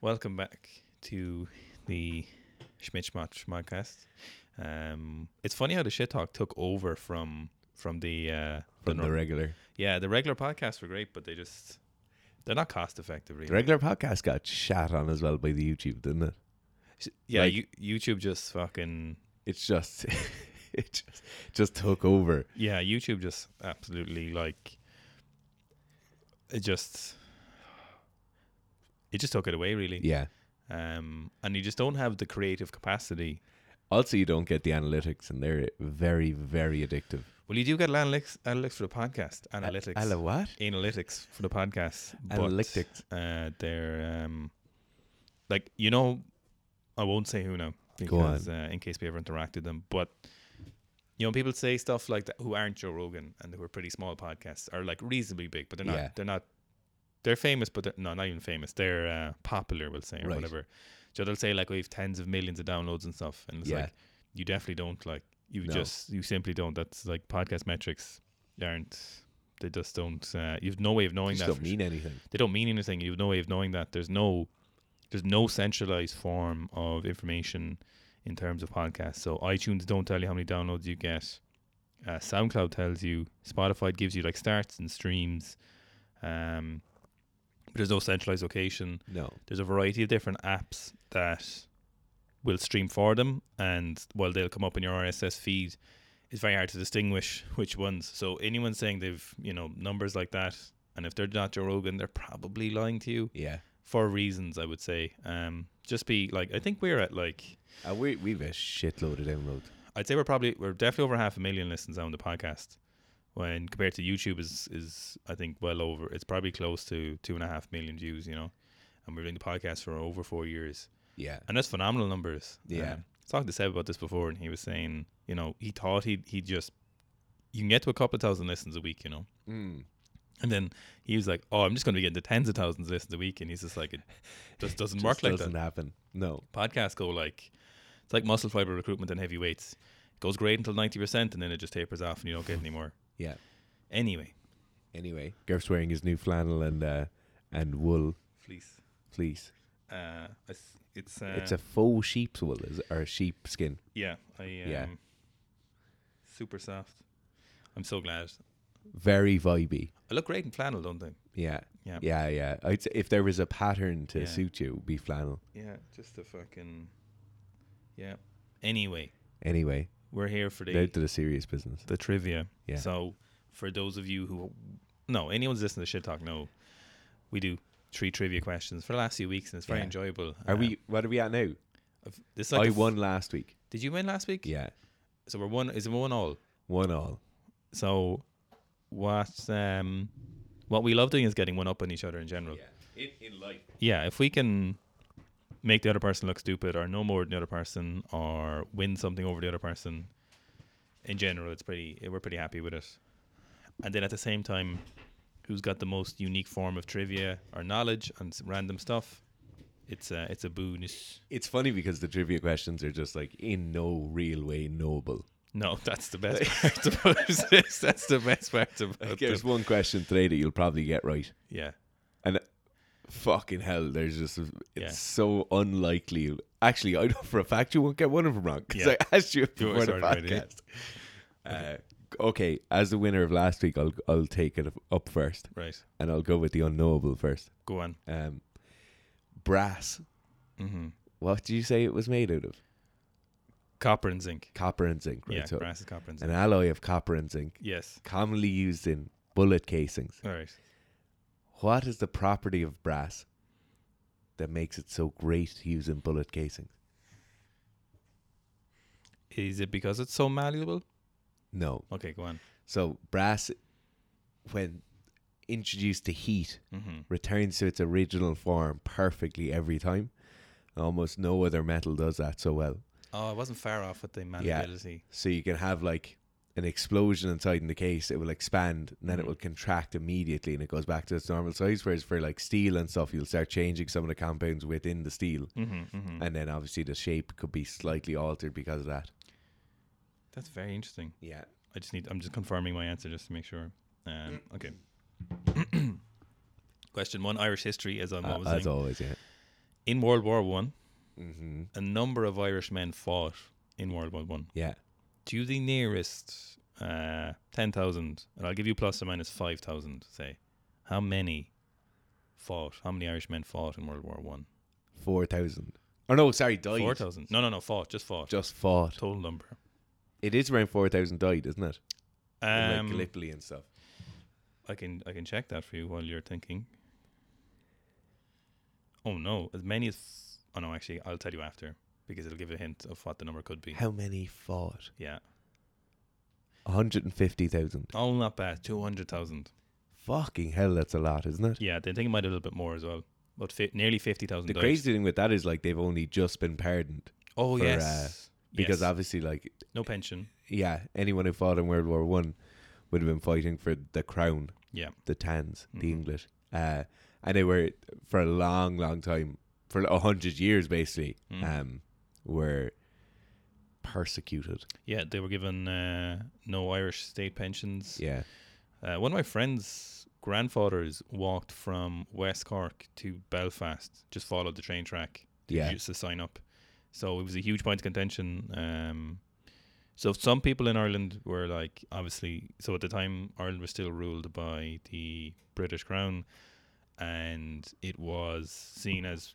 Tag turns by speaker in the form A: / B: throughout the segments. A: Welcome back to the Schmitschmatch podcast. Um, it's funny how the shit talk took over from from the uh,
B: from the
A: nor-
B: regular.
A: yeah the regular podcasts were great, but they just they're not cost effective. Really.
B: The regular podcast got shat on as well by the YouTube, didn't it?
A: S- yeah,
B: like-
A: you, YouTube just fucking
B: It's just it just, just took over.
A: yeah YouTube just absolutely like it just it just took it away really.
B: Yeah.
A: Um, and you just don't have the creative capacity
B: Also, you don't get the analytics, and they're very, very addictive.
A: Well, you do get analytics, analytics for the podcast, analytics,
B: Hello, what?
A: analytics for the podcast, but,
B: Analytics.
A: Uh, they're um, like you know, I won't say who now
B: Go on.
A: because uh, in case we ever interacted them, but. You know, people say stuff like that who aren't Joe Rogan and who are pretty small podcasts are like reasonably big, but they're not.
B: Yeah.
A: They're not. They're famous, but they're no, not even famous. They're uh, popular, we'll say, or
B: Right.
A: whatever. So they'll say like we have tens of millions of downloads and stuff, and it's
B: Yeah.
A: like you definitely don't like you
B: No.
A: just you simply don't that's like podcast metrics aren't they just don't uh, you've no way of knowing
B: Just
A: that
B: don't
A: for
B: mean
A: sure.
B: anything.
A: they don't mean anything you've no way of knowing that there's no there's no centralized form of information in terms of podcasts so itunes don't tell you how many downloads you get uh, soundcloud tells you spotify gives you like starts and streams um but there's no centralized location
B: No.
A: there's a variety of different apps that will stream for them and while they'll come up in your rss feed it's very hard to distinguish which ones so anyone saying they've you know numbers like that and if they're not joe rogan they're probably lying to you
B: Yeah.
A: for reasons i would say um just be like i think we're at like
B: And Uh, we we've a shitload of downloads.
A: i'd say we're probably we're definitely over half a million listens on the podcast when compared to youtube is is i think well over it's probably close to two and a half million views you know and we're doing the podcast for over four years
B: Yeah.
A: and that's phenomenal numbers.
B: Yeah.
A: Um, I was talking to Seb about this before, and he was saying, you know, he thought he he just you can get to a couple of thousand listens a week, you know,
B: Mm.
A: and then he was like, oh, I'm just going to be getting to tens of thousands of listens a week, and he's just like, it just doesn't
B: Just
A: work like
B: doesn't
A: that.
B: happen. No.
A: Podcasts go like it's like muscle fiber recruitment and heavy weights. It goes great until ninety percent, and then it just tapers off, and you don't get any more.
B: Yeah.
A: Anyway,
B: Anyway, Gerf's wearing his new flannel and uh, and wool
A: please,
B: fleece.
A: uh, it's it's, uh,
B: it's a faux sheep's wool is, or sheep skin.
A: yeah, I um,
B: Yeah.
A: super soft. I'm so glad.
B: Very vibey.
A: I look great in flannel, don't I?
B: Yeah.
A: Yeah.
B: Yeah, yeah. I'd say if there was a pattern to
A: Yeah.
B: suit you, it would be flannel.
A: Yeah, just a fucking yeah. Anyway,
B: Anyway,
A: we're here for the
B: out to the serious business.
A: the trivia.
B: Yeah.
A: So for those of you who no, anyone's listening to shit talk, no, we do three trivia questions for the last few weeks, and it's very
B: Yeah.
A: enjoyable.
B: Are
A: Uh,
B: we? What are we at now?
A: I've- This is like
B: I
A: a f-
B: won last week.
A: Did you win last week?
B: Yeah,
A: So we're one. Is it one all?
B: one all.
A: So what? Um, what we love doing is getting one up on each other in general.
B: in, in life.
A: yeah, if we can make the other person look stupid or no more than the other person or win something over the other person in general, it's pretty eh, we're pretty happy with it. And then at the same time, who's got the most unique form of trivia or knowledge and s- random stuff? It's a it's a bonus.
B: It's funny because the trivia questions are just like in no real way knowable.
A: No, that's the best part about this. That's the best part about this.
B: Like, there's one question today that you'll probably get right,
A: Yeah,
B: and fucking hell, there's just it's
A: Yeah.
B: so unlikely. Actually, I know for a fact you won't get one of them wrong because
A: Yeah.
B: I asked you
A: You
B: before the
A: started right here.
B: podcast. Uh, okay, as the winner of last week, I'll I'll take it up first,
A: right.
B: and I'll go with the unknowable first.
A: Go on.
B: Um, brass.
A: Mm-hmm.
B: What do you say it was made out of?
A: Copper and zinc.
B: Copper and zinc, right?
A: Yeah,
B: so
A: brass is copper and zinc.
B: an alloy of copper and zinc,
A: Yes.
B: commonly used in bullet casings.
A: All right.
B: What is the property of brass that makes it so great to use in bullet casings?
A: Is it because it's so malleable?
B: No.
A: Okay, go on.
B: So brass, when introduced to heat,
A: Mm-hmm.
B: returns to its original form perfectly every time. Almost no other metal does that so well.
A: Oh, I wasn't far off with the malleability.
B: so you can have like an explosion inside in the case it will expand and then
A: Mm-hmm.
B: it will contract immediately and it goes back to its normal size whereas for like steel and stuff you'll start changing some of the compounds within the steel
A: Mm-hmm, mm-hmm.
B: and then obviously the shape could be slightly altered because of that
A: That's very interesting.
B: yeah
A: I just need. I'm just confirming my answer just to make sure. Um, okay. Question one: Irish history, Uh, as I'm always
B: as
A: saying.
B: always yeah
A: in World War One,
B: Mm-hmm.
A: a number of Irish men fought in World War One.
B: Yeah.
A: To the nearest uh, ten thousand, and I'll give you plus or minus five thousand. Say, how many fought? How many Irish men fought in World War One?
B: 4,000. Oh, no, sorry, died.
A: Four thousand. No, no, no. Fought. Just fought.
B: Just fought.
A: Total number.
B: It is around 4,000 died, isn't it? In, like,
A: Um,
B: Gallipoli and stuff.
A: I can I can check that for you while you're thinking. Oh no, as many as oh no, actually I'll tell you after because it'll give a hint of what the number could be.
B: How many fought?
A: Yeah.
B: 150,000.
A: Oh, not bad. Two hundred thousand.
B: Fucking hell, that's a lot, isn't it?
A: Yeah, they think it might be a little bit more as well. But fi- nearly fifty thousand.
B: The
A: died.
B: crazy thing with that is, like, they've only just been pardoned.
A: Oh
B: for,
A: yes.
B: uh, Because
A: Yes.
B: obviously, like,
A: no pension.
B: yeah, anyone who fought in World War One would have been fighting for the crown,
A: Yeah.
B: the Tans, the
A: Mhm.
B: English, uh, and they were for a long, long time, for a hundred years basically,
A: Mm.
B: um, were persecuted.
A: Yeah, they were given uh, no Irish state pensions.
B: Yeah,
A: Uh, one of my friends' grandfathers walked from West Cork to Belfast, just followed the train track to-
B: Yeah.
A: just to sign up. So it was a huge point of contention. Um, so some people in Ireland were like, obviously, so at the time, Ireland was still ruled by the British Crown, and it was seen as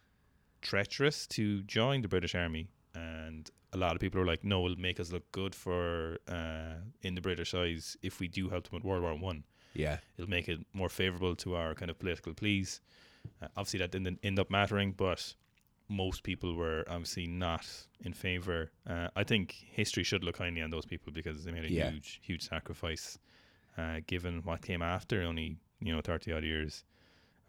A: treacherous to join the British Army. And a lot of people were like, "No, it'll make us look good for uh, in the British eyes if we do help them with World War One.
B: yeah,
A: It'll make it more favourable to our kind of political pleas." Uh, obviously, that didn't end up mattering, but most people were obviously not in favour. Uh, I think history should look kindly on those people because they made a
B: Yeah.
A: huge, huge sacrifice, uh, given what came after only you know thirty odd years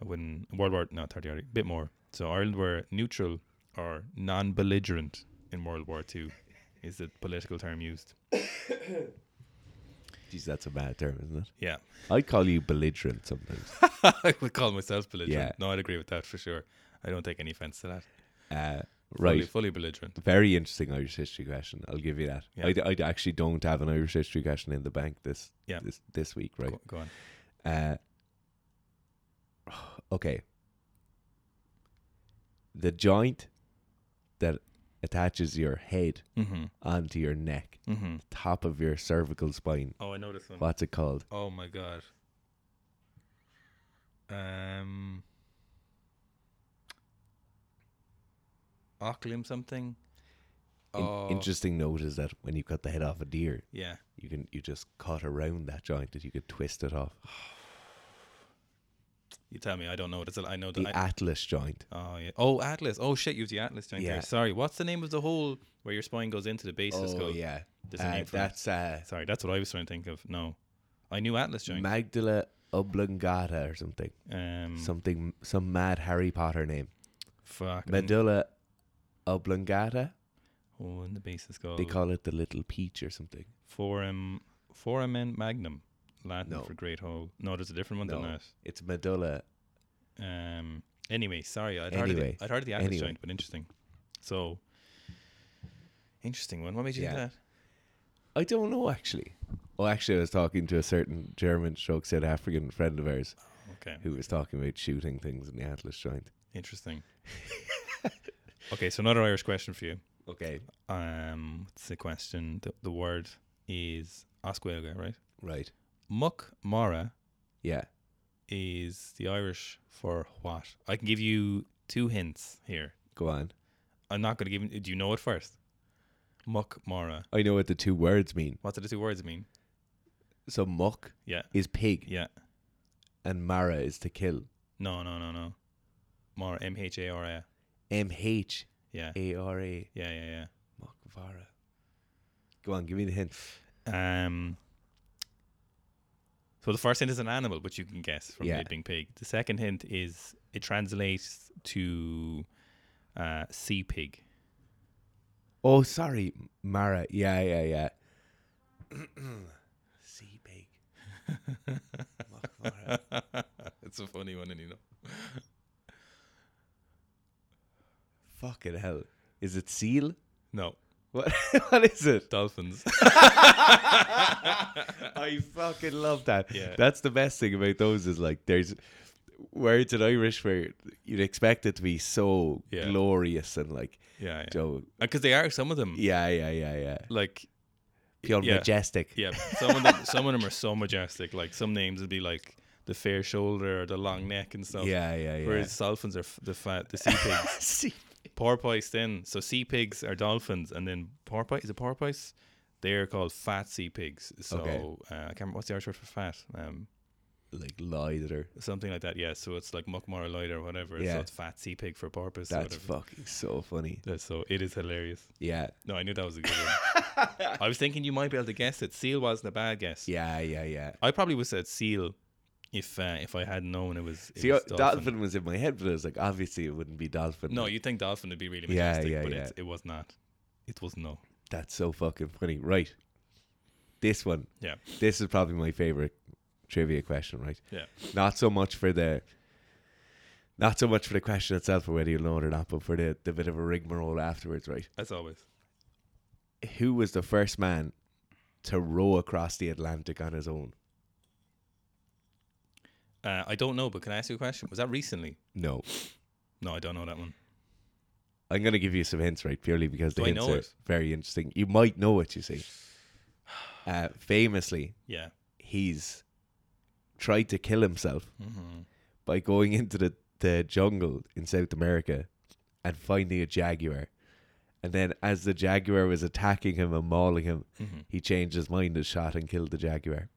A: when World War no thirty odd a bit more. So Ireland were neutral or non-belligerent in World War Two, is the political term used.
B: geez, that's a bad term, isn't it?
A: Yeah,
B: I call you belligerent sometimes.
A: I would call myself belligerent.
B: Yeah.
A: No, I'd agree with that for sure. I don't take any offense to that.
B: Uh,
A: Fully,
B: right,
A: fully belligerent.
B: very interesting Irish history question. I'll give you that.
A: Yeah.
B: I, d- I d- actually don't have an Irish history question in the bank this
A: Yeah.
B: this this week, right?
A: Go, go on.
B: Uh, okay. The joint that attaches your head
A: Mm-hmm.
B: onto your neck,
A: Mm-hmm.
B: top of your cervical spine.
A: Oh, I know this one.
B: What's it called?
A: Oh my god. Um. Ocklim something.
B: In-
A: oh,
B: Interesting note is that when you cut the head off a deer,
A: yeah.
B: you can you just cut around that joint that you could twist it off.
A: Oh, You tell me. I don't know. It's a, I know
B: The
A: that. I,
B: atlas joint.
A: oh yeah. Oh Atlas. Oh shit. You have the Atlas down
B: Yeah.
A: there. Sorry. What's the name of the hole where your spine goes into the base of the skull?
B: yeah,
A: There's a
B: uh,
A: name for it.
B: that's uh,
A: Sorry, that's what I was trying to think of. No, I knew Atlas joint.
B: Magdala oblongata or something.
A: um,
B: Something some mad Harry Potter name.
A: fuck. I didn't-
B: Medulla oblongata.
A: Oh, in the base of skull.
B: They call it the little peach or something.
A: forum, foramen magnum, Latin
B: No.
A: for great hole. No, there's a different one than
B: No.
A: that.
B: It's medulla.
A: Um. Anyway, sorry, I'd heard
B: Anyway.
A: of the, I'd heard of the Atlas
B: Anyway.
A: joint, but interesting. So, interesting one. What made you
B: Yeah.
A: think
B: I don't know actually. Oh, actually, I was talking to a certain German stroke South African friend of ours
A: that? Okay,
B: who was talking about shooting things in the Atlas joint.
A: interesting. okay, so another Irish question for you.
B: Okay.
A: Um, what's the question? The, the word is Oscuelga, right?
B: Right.
A: Muck Mara
B: Yeah.
A: is the Irish for what? I can give you two hints here.
B: Go on.
A: I'm not going to give. you- Do you know it first? Muck Mara.
B: I know what the two words mean.
A: What do the two words mean?
B: So muck
A: Yeah,
B: is pig
A: yeah.
B: and mara is to kill.
A: No, no, no, no. Mara. M H A R A.
B: M H
A: Yeah.
B: A R A.
A: Yeah, yeah,
B: Muck vara. Go on, give me the hint.
A: yeah. Um. So the first hint is an animal, which you can guess from
B: Yeah.
A: it being pig. The second hint is it translates to uh, sea pig.
B: Oh, sorry, Mara. Yeah, yeah, yeah. sea pig. Muck vara.
A: it's a funny one, and you know.
B: Fucking hell. Is it seal?
A: No,
B: What? what is it?
A: dolphins.
B: I fucking love that.
A: Yeah.
B: That's the best thing about those is like there's words in Irish where you'd expect it to be so
A: Yeah.
B: glorious and like,
A: Yeah, yeah.
B: Joe,
A: Because they are some of them.
B: yeah, yeah, yeah, yeah,
A: Like
B: pure
A: Yeah.
B: majestic.
A: Yeah, some of them, some of them are so majestic. Like some names would be like the fair shoulder or the long neck and stuff.
B: yeah, yeah, yeah.
A: Whereas dolphins are f- the fat, the sea pigs.
B: See,
A: porpoise then, so sea pigs are dolphins, and then porpoise is a porpoise. They're called fat sea pigs. So
B: Okay.
A: uh, I can't remember what's the Irish word for fat. Um,
B: like lighter.
A: something like that. Yeah. So it's like muckmore light or whatever.
B: Yeah.
A: So it's fat sea pig for porpoise. or
B: That's
A: whatever.
B: fucking so funny.
A: That's so it is hilarious.
B: Yeah,
A: No, I knew that was a good one. I was thinking you might be able to guess it. Seal wasn't a bad guess.
B: yeah, yeah, yeah.
A: I probably would have said seal if uh, if I had known it was, it
B: See, uh,
A: was
B: dolphin. was in my head, but I was like, obviously it wouldn't be dolphin.
A: No, you think dolphin would be really
B: Yeah,
A: majestic,
B: yeah,
A: but
B: yeah.
A: It, it was not. It was no.
B: That's so fucking funny. Right. This one.
A: Yeah.
B: This is probably my favorite trivia question, right?
A: Yeah.
B: Not so much for the not so much for the question itself or whether you know it or not, but for the, the bit of a rigmarole afterwards, right?
A: As always.
B: Who was the first man to row across the Atlantic on his own?
A: Uh, I don't know, but can I ask you a question? Was that recently?
B: No.
A: No, I don't know that one.
B: I'm gonna give you some hints, right? Purely because the
A: Do I
B: hints
A: know
B: are
A: it?
B: very interesting. You might know what you see. Uh, famously,
A: Yeah.
B: he's tried to kill himself
A: hmm
B: by going into the, the jungle in South America and finding a jaguar. And then, as the jaguar was attacking him and mauling him,
A: Mhm.
B: he changed his mind and shot and killed the jaguar.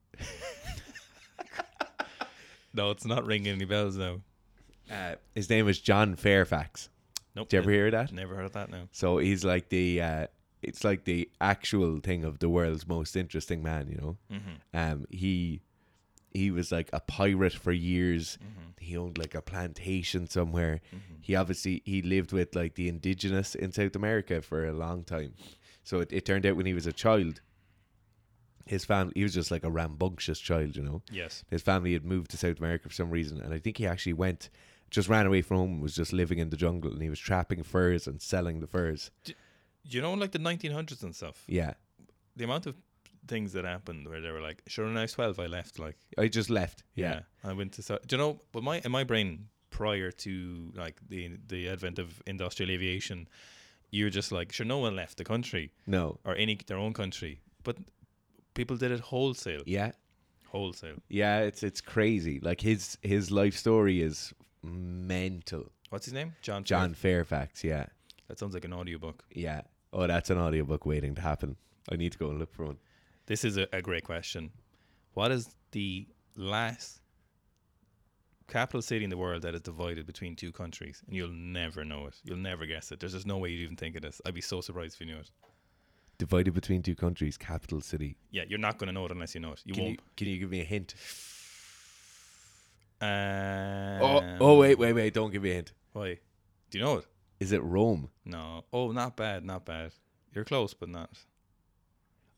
A: No, it's not ringing any bells now.
B: Uh, his name was John Fairfax.
A: Nope.
B: Did you ever hear that?
A: Never heard of that now.
B: So he's like the uh, it's like the actual thing of the world's most interesting man. You know, um, he he was like a pirate for years. He owned like a plantation somewhere. He obviously he lived with like the indigenous in South America for a long time. So it, it turned out when he was a child, his family he was just like a rambunctious child. You know,
A: Yes.
B: his family had moved to South America for some reason, and I think he actually went, just ran away from home, and was just living in the jungle, and he was trapping furs and selling the furs.
A: You know, like the 1900s and stuff,
B: Yeah,
A: the amount of things that happened where they were like, sure, when I was 12, I left. Like,
B: I just left. Yeah,
A: I went to. Sou- Do you know? But my in my brain prior to like the the advent of industrial aviation, you're just like sure no one left the country
B: no,
A: or any their own country, but people did it wholesale,
B: yeah,
A: wholesale.
B: yeah. It's it's crazy. Like his his life story is mental.
A: What's his name? John.
B: John
A: Fairf-
B: Fairfax. Yeah,
A: That sounds like an audiobook.
B: yeah. Oh, that's an audiobook waiting to happen. I need to go and look for one.
A: This is a, a great question. What is the last capital city in the world that is divided between two countries? And you'll never know it. You'll never guess it. There's just no way you'd even think of this. I'd be so surprised if you knew it.
B: Divided between two countries, capital city.
A: Yeah, you're not going to know it unless you know it. You
B: Can
A: won't.
B: you, can you give me a hint?
A: Um,
B: oh, oh, wait, wait, wait! Don't give me a hint.
A: Why? Do you know it?
B: Is it Rome?
A: No. Oh, not bad, not bad. You're close, but not.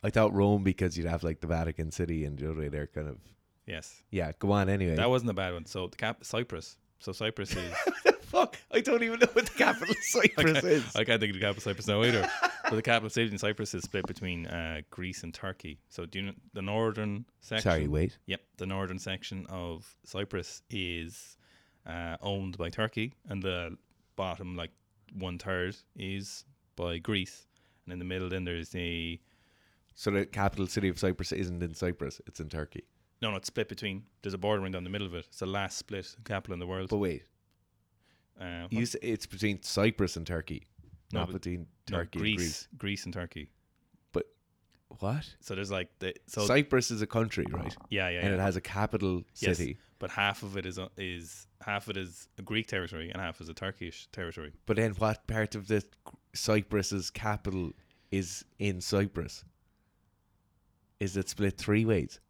B: I thought Rome because you'd have like the Vatican City and the other way they're kind of
A: Yes,
B: yeah. Go on anyway.
A: that wasn't a bad one. So the cap Cyprus. So Cyprus is.
B: Fuck, I don't even know what the capital of Cyprus is.
A: I can't think of the capital of Cyprus now either. but the capital city in Cyprus is split between uh, Greece and Turkey. So do you know the northern section?
B: Sorry, wait.
A: Yep, the northern section of Cyprus is uh, owned by Turkey, and the bottom like one third is by Greece, and in the middle then there's the
B: So the capital city of Cyprus isn't in Cyprus; it's in Turkey.
A: No, no, it's split between. There's a border ring down the middle of it. It's the last split capital in the world.
B: But wait,
A: uh,
B: you s it's between Cyprus and Turkey,
A: No,
B: not
A: but-
B: between
A: no,
B: Turkey
A: Greece,
B: and Greece.
A: Greece, and Turkey.
B: But what?
A: So there's like the so
B: Cyprus is a country, right?
A: yeah, yeah,
B: And it
A: yeah.
B: has a capital
A: Yes,
B: city,
A: but half of it is uh, is half of it is a Greek territory and half is a Turkish territory.
B: but then what part of the Cyprus's capital is in Cyprus? Is it split three ways?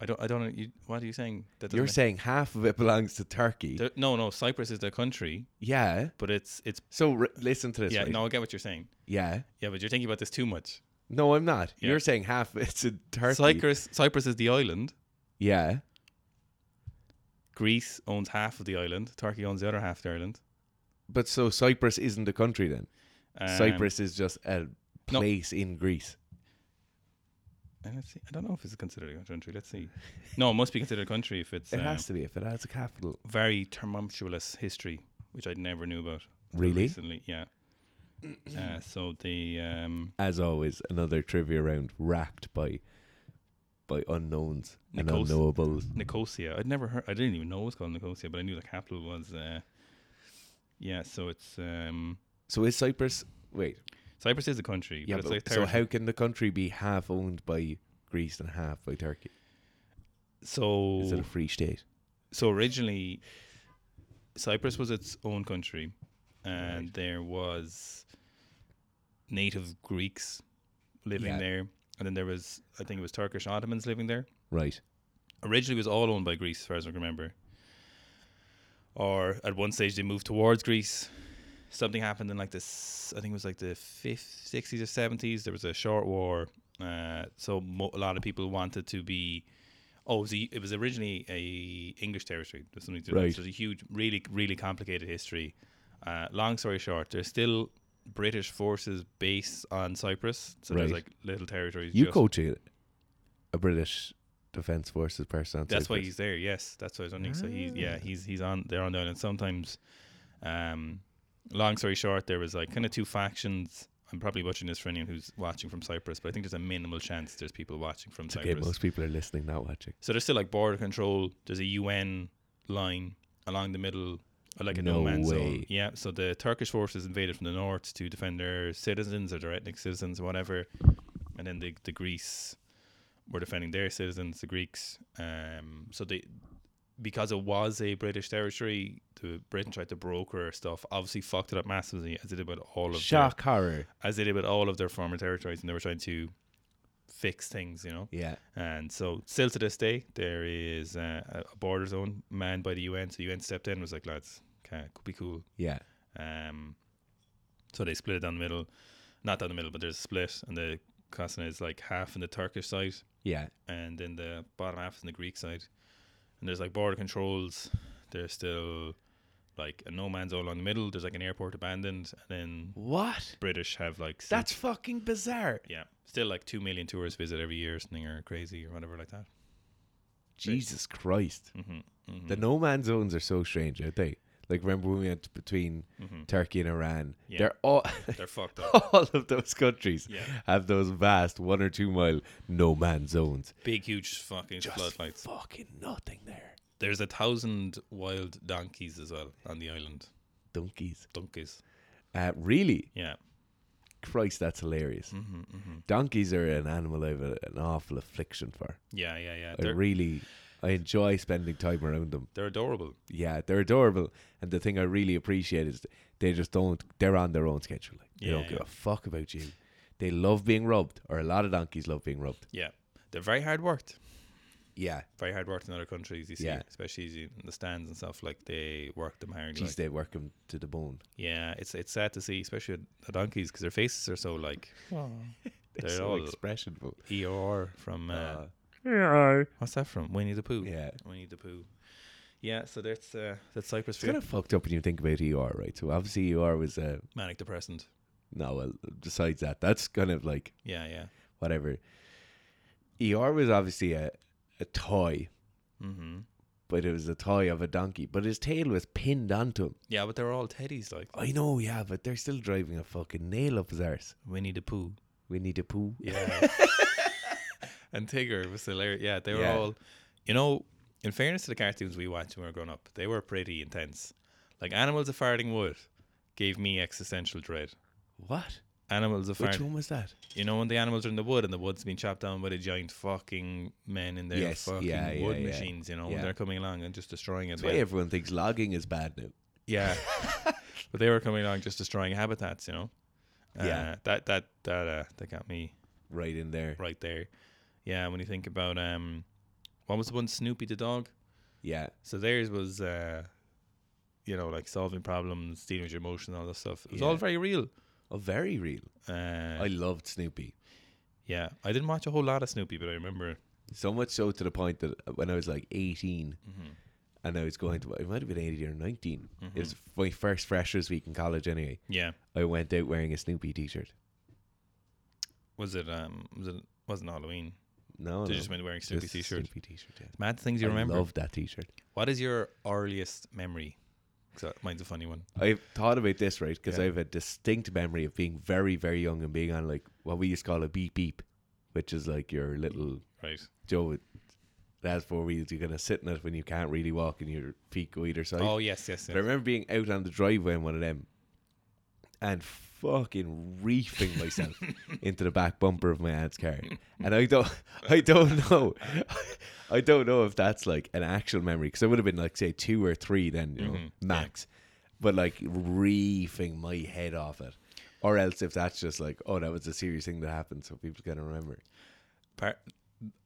A: I don't, I don't. know, You, what are you saying? That doesn't
B: You're
A: make-
B: saying half of it belongs to Turkey.
A: There- no, no. Cyprus is the country,
B: yeah.
A: but it's it's
B: So r listen to this.
A: yeah.
B: right?
A: No, I get what you're saying.
B: Yeah.
A: Yeah, but you're thinking about this too much.
B: No, I'm not.
A: Yeah.
B: You're saying half it's in Turkey.
A: Cyprus, Cyprus is the island.
B: Yeah.
A: Greece owns half of the island. Turkey owns the other half of the island.
B: But so Cyprus isn't a country then.
A: Um,
B: Cyprus is just a
A: no.
B: place in Greece.
A: Uh, Let's see. I don't know if it's considered a country. Let's see. No, it must be considered a country if it's
B: It
A: uh,
B: has to be if it has a capital.
A: very tumultuous history, which I never knew about. till
B: Really?
A: Recently, yeah. Uh, so the um,
B: As always, another trivia round wrapped by by unknowns and
A: Nicosia.
B: unknowables.
A: Nicosia, I'd never heard. I didn't even know it was called Nicosia, but I knew the capital was. Uh, yeah, so it's um,
B: So is Cyprus? Wait,
A: Cyprus is a country.
B: yeah.
A: but it's
B: but-
A: like
B: so
A: territory.
B: how can the country be half owned by Greece and half by Turkey?
A: so
B: Is it a free state?
A: so originally Cyprus was its own country and
B: Right.
A: there was native Greeks living
B: Yeah.
A: there and then there was I think it was Turkish Ottomans living there
B: Right.
A: originally it was all owned by Greece as far as I can remember or at one stage they moved towards Greece something happened in like this I think it was like the 50s 60s or 70s there was a short war uh, so mo- a lot of people wanted to be Oh, it was, a, it was originally a English territory. There's something to
B: Right.
A: So there's a huge, really, really complicated history. Uh, long story short, there's still British forces based on Cyprus. So there's
B: Right.
A: like little territories.
B: You
A: just-
B: coach a, a British Defence Forces person. on
A: That's why
B: Cyprus.
A: he's Ah. there. Yes, that's what I was wondering. So he's yeah, he's he's on. They're on the island. Sometimes, um, long story short, there was like kind of two factions. I'm probably watching this for anyone who's watching from Cyprus, but I think there's a minimal chance there's people watching from
B: Okay,
A: Cyprus.
B: most people are listening, not watching.
A: So there's still like border control. There's a UN line along the middle, uh, like a no,
B: No
A: man's
B: way.
A: zone. Yeah. So the Turkish forces invaded from the north to defend their citizens or their ethnic citizens, whatever. And then the the Greece were defending their citizens, the Greeks. Um. So they. Because it was a British territory, the Britain tried to broker stuff. Obviously, fucked it up massively, as they did with all of their-
B: Shock horror.
A: as they did with all of their former territories, and they were trying to fix things. You know,
B: Yeah.
A: and so, still to this day, there is uh, a- a border zone manned by the UN. So, the UN stepped in and was like, lads, can could be cool.
B: Yeah.
A: Um, so, they split it down the middle. Not down the middle, but there's a split. And the Kosana is like half in the Turkish side,
B: Yeah.
A: and then the bottom half is in the Greek side. And there's like border controls. There's still like a no man's all along the middle. There's like an airport abandoned. And then
B: What?
A: British have like. still-
B: That's fucking bizarre.
A: yeah. Still like 2 million tourists visit every year, or something or crazy or whatever like that.
B: Jesus Christ.
A: hmm hmm
B: The no man's zones are so strange, aren't they? Like remember when we went between Turkey and Iran?
A: Mm-hmm. Yeah.
B: They're all
A: They're fucked up.
B: all of those countries
A: Yeah.
B: have those vast one or two mile no man's zones.
A: Big, huge fucking
B: Just
A: floodlights.
B: fucking nothing there.
A: There's a thousand wild donkeys as well on the island.
B: Donkeys.
A: Donkeys.
B: Uh, really?
A: Yeah.
B: Christ, that's hilarious.
A: Mm-hmm,
B: Donkeys are an animal I have a- an awful affliction for.
A: Yeah, yeah, yeah.
B: I
A: They're,
B: really, I enjoy spending time around them.
A: they're adorable.
B: Yeah, they're adorable. And the thing I really appreciate is they just don't, they're on their own schedule. Like, they don't
A: Yeah,
B: give
A: yeah.
B: a fuck about you. They love being rubbed, or a lot of donkeys love being rubbed.
A: Yeah. They're very hard worked.
B: Yeah,
A: Very hard worked in other countries, you see.
B: Yeah.
A: Especially you- in the stands and stuff. Like, they work them hard.
B: geez,
A: Like.
B: they work them to the bone.
A: Yeah, it's it's sad to see, especially with the donkeys, because their faces are so like.
B: They're,
A: They're
B: so
A: all-
B: expressionful.
A: EOR from. Uh,
B: Uh,
A: what's that from? Winnie the Pooh.
B: yeah.
A: Winnie the Pooh. Yeah, so that's uh, that's Cyprus
B: It's kind
A: for
B: of fucked up when you think about ER, right? So obviously ER was a,
A: manic depressant.
B: no, well, besides that, that's kind of like
A: Yeah, yeah.
B: whatever. ER was obviously a, a toy,
A: hmm
B: but it was a toy of a donkey, but his tail was pinned onto him.
A: Yeah, but they're all teddies, like
B: I know, yeah, but they're still driving a fucking nail up his arse.
A: Winnie the Pooh.
B: Winnie the Pooh.
A: Yeah. and Tigger was hilarious. Yeah, they were
B: Yeah.
A: all, you know, in fairness to the cartoons we watched when we were growing up, they were pretty intense. Like Animals of Farting Wood gave me existential dread.
B: What?
A: Animals of
B: Which
A: Farting,
B: one was that?
A: you know, when the animals are in the wood and the wood's being chopped down by the giant fucking men in their
B: Yes,
A: fucking
B: yeah, yeah,
A: wood
B: yeah.
A: machines, you know,
B: Yeah.
A: when they're coming along and just destroying it.
B: That's why
A: Yeah.
B: everyone thinks logging is bad now.
A: Yeah. but they were coming along just destroying habitats, you know. Uh,
B: Yeah.
A: That that that uh, that got me
B: Right in there.
A: right there. Yeah, when you think about um what was the one Snoopy the dog?
B: Yeah.
A: So theirs was uh you know, like solving problems, dealing with your emotions, all that stuff. It was all
B: Yeah.
A: very real.
B: Oh, very real.
A: Uh,
B: I loved Snoopy.
A: yeah. I didn't watch a whole lot of Snoopy, but I remember
B: So much so to the point that when I was like 18
A: Mm-hmm.
B: and I was going to, it might have been 18 or 19. It was my first freshers week in college anyway.
A: yeah.
B: I went out wearing a Snoopy t shirt.
A: Was it um was it wasn't Halloween.
B: No,
A: They
B: no.
A: just went wearing stupid
B: Just
A: t-shirt.
B: Snoopy t-shirt. Yeah.
A: Mad things you remember.
B: I love that t-shirt.
A: What is your earliest memory? 'Cause uh, mine's a funny one.
B: I've thought about this right because
A: Yeah.
B: I have a distinct memory of being very, very young and being on like what we used to call a beep beep, which is like your little
A: Right.
B: Joe. It has four wheels. You're gonna sit in it when you can't really walk, and your feet go either side.
A: Oh yes, yes,
B: But I
A: yes.
B: remember being out on the driveway in one of them and fucking reefing myself into the back bumper of my aunt's car. And I don't I don't know. I don't know if that's like an actual memory cuz I would have been like say 2 or 3 then, you know,
A: Mhm, yeah.
B: max. But like reefing my head off it. Or else if that's just like, oh, that was a serious thing that happened, so people gonna remember.
A: Par-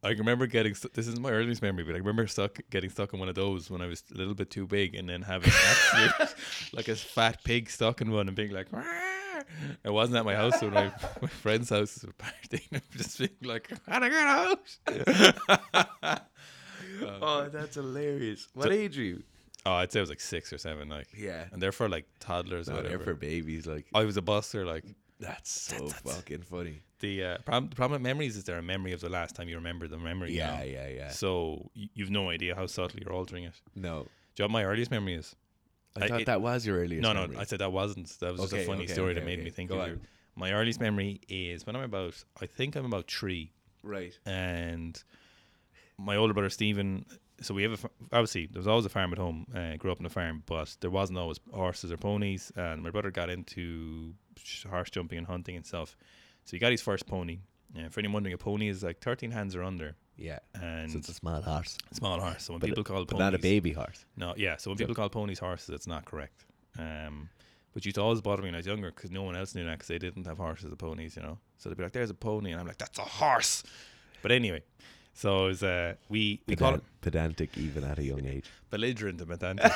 A: I remember getting st- this is my earliest memory, but I remember stuck getting stuck in one of those when I was a little bit too big, and then having absolute, like a fat pig stuck in one and being like. "Rawr." I wasn't at my house, so my my friend's house was a party. And I'm just being like, "How to get out?"
B: Oh, that's hilarious. What age are you?
A: oh, I'd say I was like six or seven, like,
B: Yeah.
A: and they're for like toddlers. or
B: Not there
A: whatever.
B: for babies, like
A: I was a buster, like
B: Oh, that's so fucking funny.
A: the uh, problem, the problem with memories is they're a memory of the last time you remember the memory. you
B: Yeah,
A: know?
B: yeah, yeah.
A: So y- you've no idea how subtly you're altering it.
B: No,
A: Do you know what my earliest memory is?
B: I,
A: I-
B: thought
A: it-
B: that was your earliest.
A: no,
B: memory.
A: no, I said that wasn't. That was just
B: Okay,
A: a funny
B: okay,
A: story
B: okay,
A: that made
B: okay.
A: me think
B: Go
A: of
B: on.
A: your. My earliest memory is when I'm about, I think I'm about three,
B: right.
A: and my older brother Stephen. So we have a fa- obviously there was always a farm at home. Uh, grew up on a farm, but there wasn't always horses or ponies. And my brother got into sh- horse jumping and hunting and stuff. So he got his first pony. Uh, for anyone wondering, a pony is like 13 hands or under,
B: Yeah,
A: and
B: so it's a small horse,
A: small horse. So when
B: but,
A: people call
B: but
A: ponies,
B: not a baby horse.
A: no, yeah. So when people call ponies horses, it's not correct. Um, which used to always bother me when I was younger because no one else knew that because they didn't have horses or ponies, you know. So they'd be like, "There's a pony," and I'm like, "That's a horse." But anyway, so it was, uh, we we call it
B: Pedant- pedantic even at a young age.
A: belligerent and pedantic.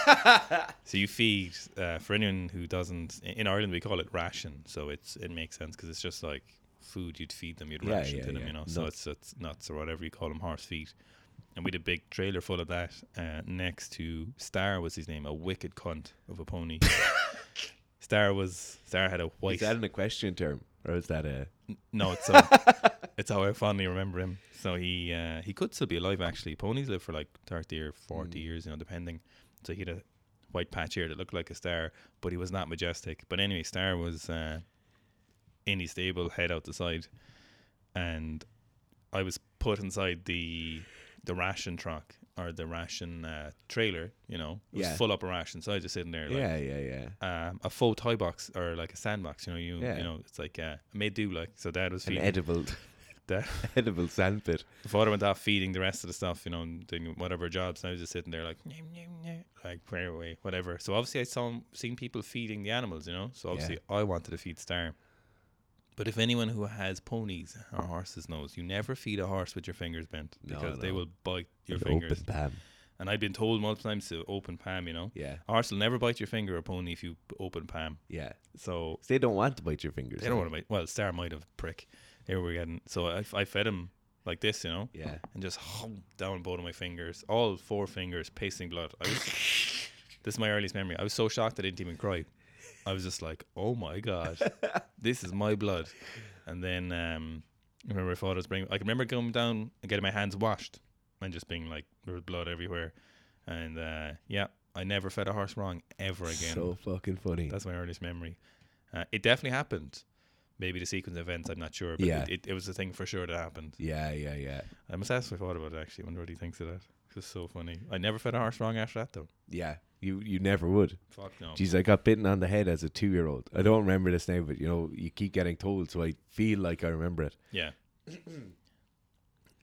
A: so you feed uh, for anyone who doesn't in- in Ireland we call it ration. So it's it makes sense because it's just like food you'd feed them, you'd
B: Yeah,
A: ration
B: yeah,
A: to them,
B: yeah.
A: you know. So
B: Nuts.
A: it's it's nuts or whatever you call them, horse feet. And we had a big trailer full of that uh, next to Star was his name, a wicked cunt of a pony. Star was Star had a
B: Is
A: white.
B: that an equestrian term, or is that a?
A: no, it's how, it's how I fondly remember him. So he uh, he could still be alive actually. Ponies live for like thirty or forty
B: Hmm.
A: years, you know, depending. So he had a white patch here that looked like a star, but he was not majestic. But anyway, Star was uh, in his stable, head out the side, and I was put inside the the ration truck or the ration uh, trailer. You know, it was
B: Yeah.
A: full up of ration, so I was just sitting there like
B: yeah, yeah, yeah.
A: um, a faux toy box or like a sandbox. You know, you
B: Yeah.
A: you know, it's like uh, made do like. So dad was
B: An
A: feeding
B: edible,
A: dad.
B: edible sandpit.
A: The father went off feeding the rest of the stuff, you know, and doing whatever jobs. And I was just sitting there like, nyeh, nyeh, nyeh, like where away, whatever. So obviously I saw seen people feeding the animals, you know. So obviously I wanted to feed Star. But if anyone who has ponies or horses knows, you never feed a horse with your fingers bent
B: No,
A: because they
B: no.
A: will bite your
B: An
A: fingers.
B: Open palm.
A: And I've been told multiple times to open palm, you know.
B: Yeah,
A: A horse will never bite your finger or pony if you open palm.
B: yeah.
A: So
B: 'Cause They don't want to bite your fingers.
A: they don't want to bite. Well, Star might have prick. They were getting so I, I fed him like this, you know,
B: Yeah.
A: and just hum, down both of my fingers, all four fingers, pasting blood. I was, this is my earliest memory. I was so shocked I didn't even cry. I was just like, oh my god, this is my blood. And then um, I remember my father was bringing. I can remember going down and getting my hands washed and just being like, there was blood everywhere. And uh, yeah, I never fed a horse wrong ever again.
B: So fucking funny.
A: That's my earliest memory. Uh, it definitely happened. Maybe the sequence of events, I'm not sure, but
B: Yeah.
A: it, it, it was a thing for sure that happened.
B: yeah, yeah, yeah,
A: I must ask my father about it actually. I wonder what he thinks of that. It's just so funny. I never fed a horse wrong after that though.
B: yeah. You you never would.
A: Fuck no.
B: Jeez, I got bitten on the head as a two year old. I don't remember this now, but you know, you keep getting told, so I feel like I remember it.
A: Yeah.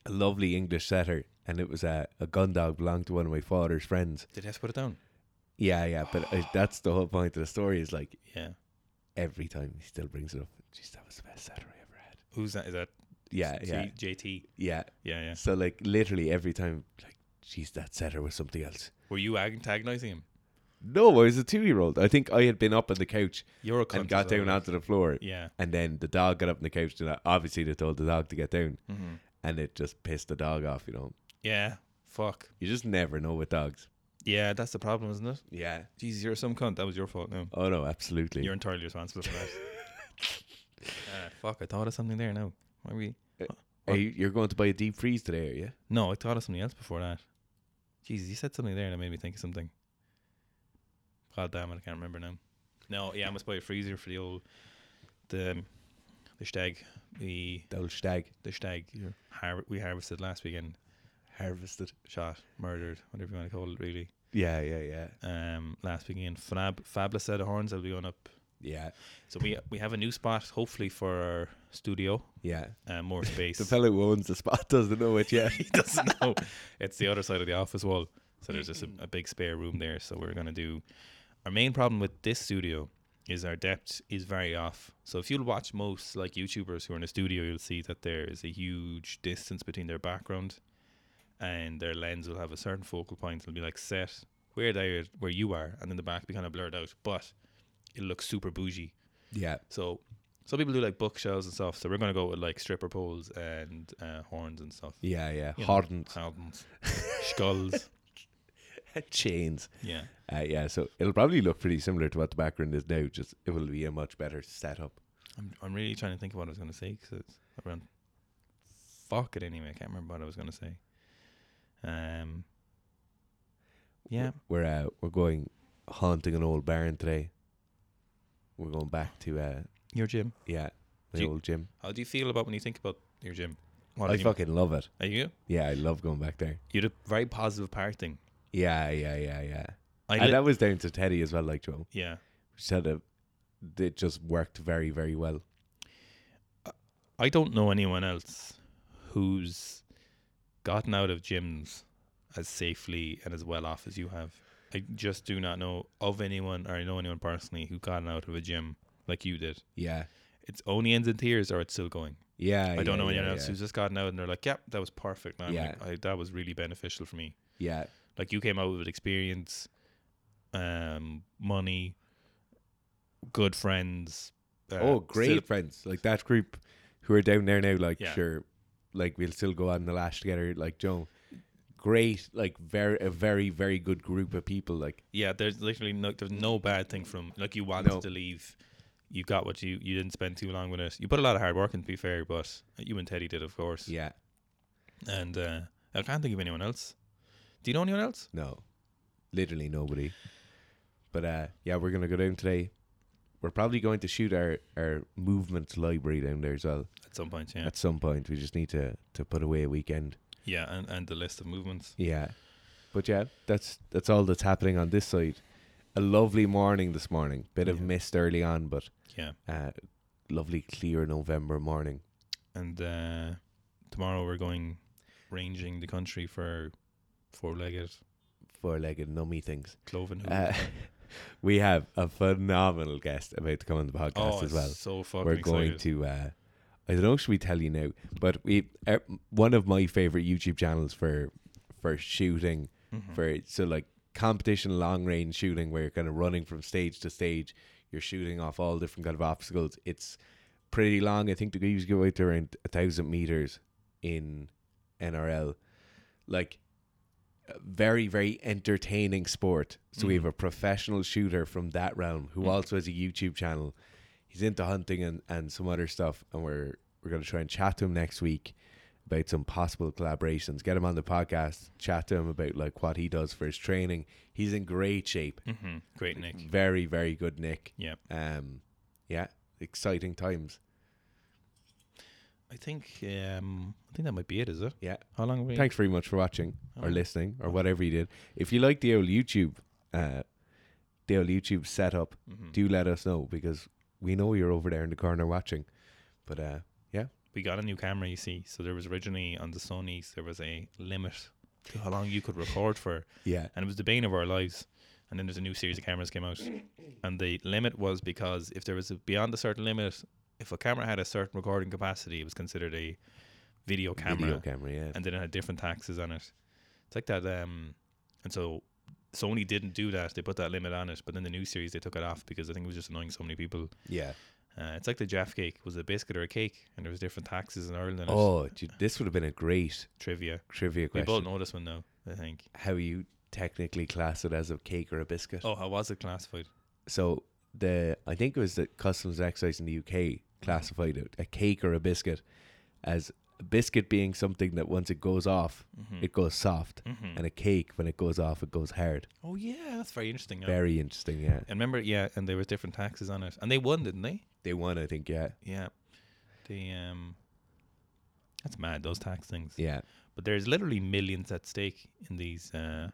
B: a lovely English setter, and it was a, a gun dog belonged to one of my father's friends.
A: Did I just put it down?
B: Yeah, yeah, but I, that's the whole point of the story is like
A: Yeah.
B: every time he still brings it up. Jeez, that was the best setter I ever had.
A: Who's that? Is that
B: Yeah,
A: C-
B: Uh, yeah,
A: JT?
B: yeah.
A: Yeah, yeah.
B: So like literally every time, like, jeez, that setter was something else.
A: Were you antagonizing him?
B: No, I was a two year old. I think I had been up on the couch
A: You're a cunt.
B: and got
A: as well.
B: down onto the floor,
A: Yeah.
B: and then the dog got up on the couch, and obviously they told the dog to get down,
A: hmm
B: and it just pissed the dog off. You know,
A: Yeah. Fuck.
B: you just never know with dogs.
A: Yeah, that's the problem, isn't it?
B: Yeah.
A: Jesus, you're some cunt. That was your fault. No.
B: Oh no, absolutely.
A: You're entirely responsible for that. uh, fuck, I thought of something there now. Why are we?
B: Are you, you're going to buy a deep freeze today, are you?
A: No, I thought of something else before that. Jesus, you said something there and it made me think of something. God damn it, I can't remember now. No, yeah, I must buy a freezer for the old the the stag the
B: Double stag
A: the stag har- we harvested last weekend.
B: harvested.
A: Shot, murdered, whatever you want to call it really.
B: Yeah, yeah, yeah,
A: Um last weekend. Fab fabulous set of horns that'll be going up.
B: yeah,
A: So we we have a new spot hopefully for our studio.
B: yeah.
A: Uh, more space.
B: The fellow who owns the spot doesn't know it yet.
A: he doesn't know. It's the other side of the office wall. So there's just a, a big spare room there. So we're going to do. Our main problem with this studio is our depth is very off. So if you'll watch most like YouTubers who are in a studio, you'll see that there is a huge distance between their background and their lens will have a certain focal point. It'll be like set where they are, where you are, and then the back be kind of blurred out, but it'll look super bougie.
B: yeah,
A: So some people do like bookshelves and stuff. So we're going to go with like stripper poles and uh, horns and stuff
B: yeah, yeah.
A: you know,
B: Hardened
A: Hardens. Skulls.
B: chains.
A: Yeah.
B: Uh, yeah, so it'll probably look pretty similar to what the background is now. Just it will be a much better setup.
A: I'm, I'm really trying to think of what I was going to say because it's around. Fuck it anyway. I can't remember what I was going to say. Um. Yeah.
B: we're uh, we're going haunting an old barn today. We're going back to uh,
A: Your gym.
B: yeah, the
A: Do you-
B: old gym.
A: How do you feel about when you think about your gym? What
B: I
A: do you-
B: fucking love it.
A: Are you?
B: Yeah, I love going back there.
A: You're a very positive parting.
B: Yeah, yeah, yeah, yeah.
A: I
B: and
A: li-
B: that was down to Teddy as well, like Joe.
A: yeah.
B: She said it, it just worked very, very well.
A: I don't know anyone else who's gotten out of gyms as safely and as well off as you have. I just do not know of anyone, or I know anyone personally who gotten out of a gym like you did.
B: Yeah,
A: It's only ends in tears, or it's still going.
B: yeah.
A: I don't
B: yeah,
A: know anyone
B: yeah,
A: else
B: yeah.
A: who's just gotten out and they're like, "Yep, that was perfect." And I'm
B: Yeah.
A: like, I, that was really beneficial for me.
B: Yeah,
A: Like you came out with experience, um, money, good friends. Uh,
B: oh, great
A: still-
B: friends like that group who are down there now. Like,
A: Yeah.
B: sure, like we'll still go on the lash together. Like Joe, great, like very, a very, very good group of people. Like,
A: Yeah, there's literally no there's no bad thing from like you wanted
B: No.
A: to leave. You got what you you didn't spend too long with it. You put a lot of hard work in to be fair, but you and Teddy did of course.
B: yeah,
A: And uh, I can't think of anyone else. Do you know anyone else?
B: no, literally nobody. But uh, yeah, we're gonna go down today. We're probably going to shoot our our movement library down there as well
A: At some point, yeah.
B: at some point. We just need to to put away a weekend.
A: Yeah, and, and the list of movements.
B: Yeah. But yeah, that's that's all that's happening on this side. A lovely morning this morning. Bit of
A: Yeah.
B: mist early on, but
A: Yeah.
B: uh, lovely clear November morning.
A: And uh, tomorrow we're going ranging the country for four legged
B: Four legged nummy things.
A: cloven hooves.
B: Uh, we have a phenomenal guest about to come on the podcast
A: oh,
B: as well.
A: it's so fucking
B: We're
A: excited.
B: going to uh I don't know should we tell you now, but we uh, one of my favorite YouTube channels for for shooting
A: Mhm.
B: for so like competition long range shooting where you're kind of running from stage to stage you're shooting off all different kind of obstacles it's pretty long i think the guys go out to around a thousand meters in nrl like a very very entertaining sport so we
A: Mm-hmm.
B: have a professional shooter from that realm who also has a youtube channel he's into hunting and, and some other stuff and we're we're going to try and chat to him next week about some possible collaborations get him on the podcast chat to him about like what he does for his training he's in great shape
A: Mhm. Great Nick.
B: very very good nick
A: Yeah.
B: um yeah exciting times
A: I think um I think that might be it, is it?
B: Mm-hmm. yeah
A: How long have we
B: thanks very much for watching or
A: Oh.
B: listening or whatever you did if you like the old youtube uh the old youtube setup
A: Mhm.
B: do let us know because we know you're over there in the corner watching but uh yeah
A: we got a new camera, you see. So there was originally on the Sony's there was a limit to how long you could record for,
B: yeah
A: and it was the bane of our lives. And then there's a new series of cameras came out, and the limit was because if there was a, beyond a certain limit, if a camera had a certain recording capacity, it was considered a video camera,
B: video camera yeah
A: and then it had different taxes on it. It's like that. Um, and so Sony didn't do that; they put that limit on it. But then the new series they took it off because I think it was just annoying so many people.
B: yeah
A: Uh, it's like the Jeff cake was it a biscuit or a cake, and there was different taxes in Ireland. and
B: oh dude, this would have been a great
A: trivia.
B: trivia
A: We both
B: question
A: know this one now, I think.
B: how you technically class it as a cake or a biscuit
A: Oh, how was it classified?
B: so the I think it was the customs and excise in the UK classified it, a cake or a biscuit as a biscuit being something that once it goes off,
A: Mm-hmm.
B: it goes soft, and a cake when it goes off, it goes hard.
A: Oh yeah, that's very interesting. Yeah.
B: Very interesting. Yeah,
A: And remember, yeah, and there was different taxes on it, and they won, didn't they?
B: they won. I think. Yeah,
A: Yeah, they um, that's mad those tax things.
B: yeah,
A: But there's literally millions at stake in these uh,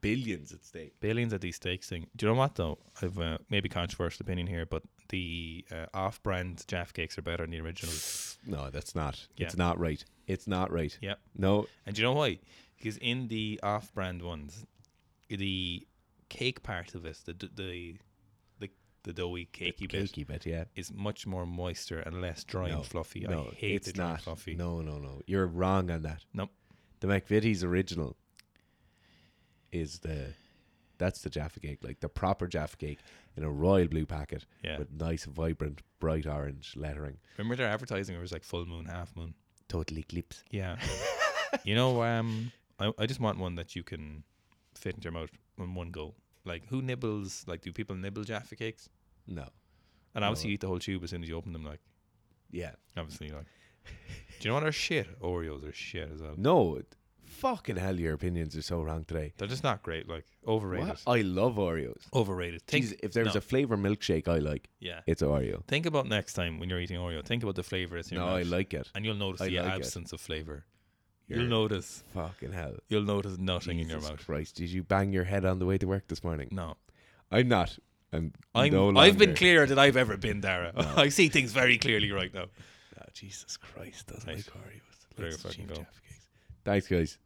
B: billions at stake.
A: billions at these stakes thing. Do you know what though? I've uh, maybe controversial opinion here, but the uh, off-brand Jaff cakes are better than the originals.
B: No, that's not.
A: Yeah.
B: It's not right. It's not right.
A: yep.
B: No,
A: And do you know why? Because in the off-brand ones, the cake part of it, the d- the the, the doughy cakey bit,
B: cakey bit. Yeah.
A: is much more moisture and less dry
B: No,
A: and fluffy.
B: no,
A: I hate
B: it's
A: the dry
B: not.
A: and fluffy.
B: No, no, no. You're wrong on that.
A: Nope.
B: The McVitie's original is the that's the Jaffa cake, like the proper Jaffa cake in a royal blue packet
A: Yeah.
B: with nice, vibrant, bright orange lettering.
A: Remember their advertising? It was like full moon, half moon.
B: Total eclipse.
A: Yeah. you know, um, I, I just want one that you can fit into your mouth in one go. Like, who nibbles? Like, do people nibble Jaffa cakes?
B: No.
A: And
B: No.
A: obviously, you eat the whole tube as soon as you open them. Like,
B: Yeah.
A: obviously, like. do you know what are shit? Oreos are shit as well.
B: No. it- Fucking hell, your opinions are so wrong today.
A: They're just not great. Like, overrated.
B: What? I love Oreos.
A: Overrated. Think,
B: Jeez, if there's
A: no.
B: a flavor milkshake I like,
A: yeah.
B: it's Oreo.
A: Think about next time when you're eating Oreo. Think about the flavor it's in your
B: No, I
A: mouth.
B: like it.
A: and you'll notice
B: I
A: the
B: like it.
A: absence of flavor.
B: You're-
A: You'll notice.
B: Fucking hell.
A: You'll notice nothing in your
B: Jesus
A: mouth.
B: Christ, did you bang your head on the way to work this morning?
A: No.
B: I'm not. I'm,
A: I'm,
B: no
A: I've been
B: longer.
A: clearer than I've ever been, Dara. I see things very clearly right now.
B: Ah, Jesus Christ, those
A: Nice.
B: Oreos.
A: There
B: Let's
A: you fucking
B: achieve
A: go.
B: Jaffa Cakes. Thanks, guys.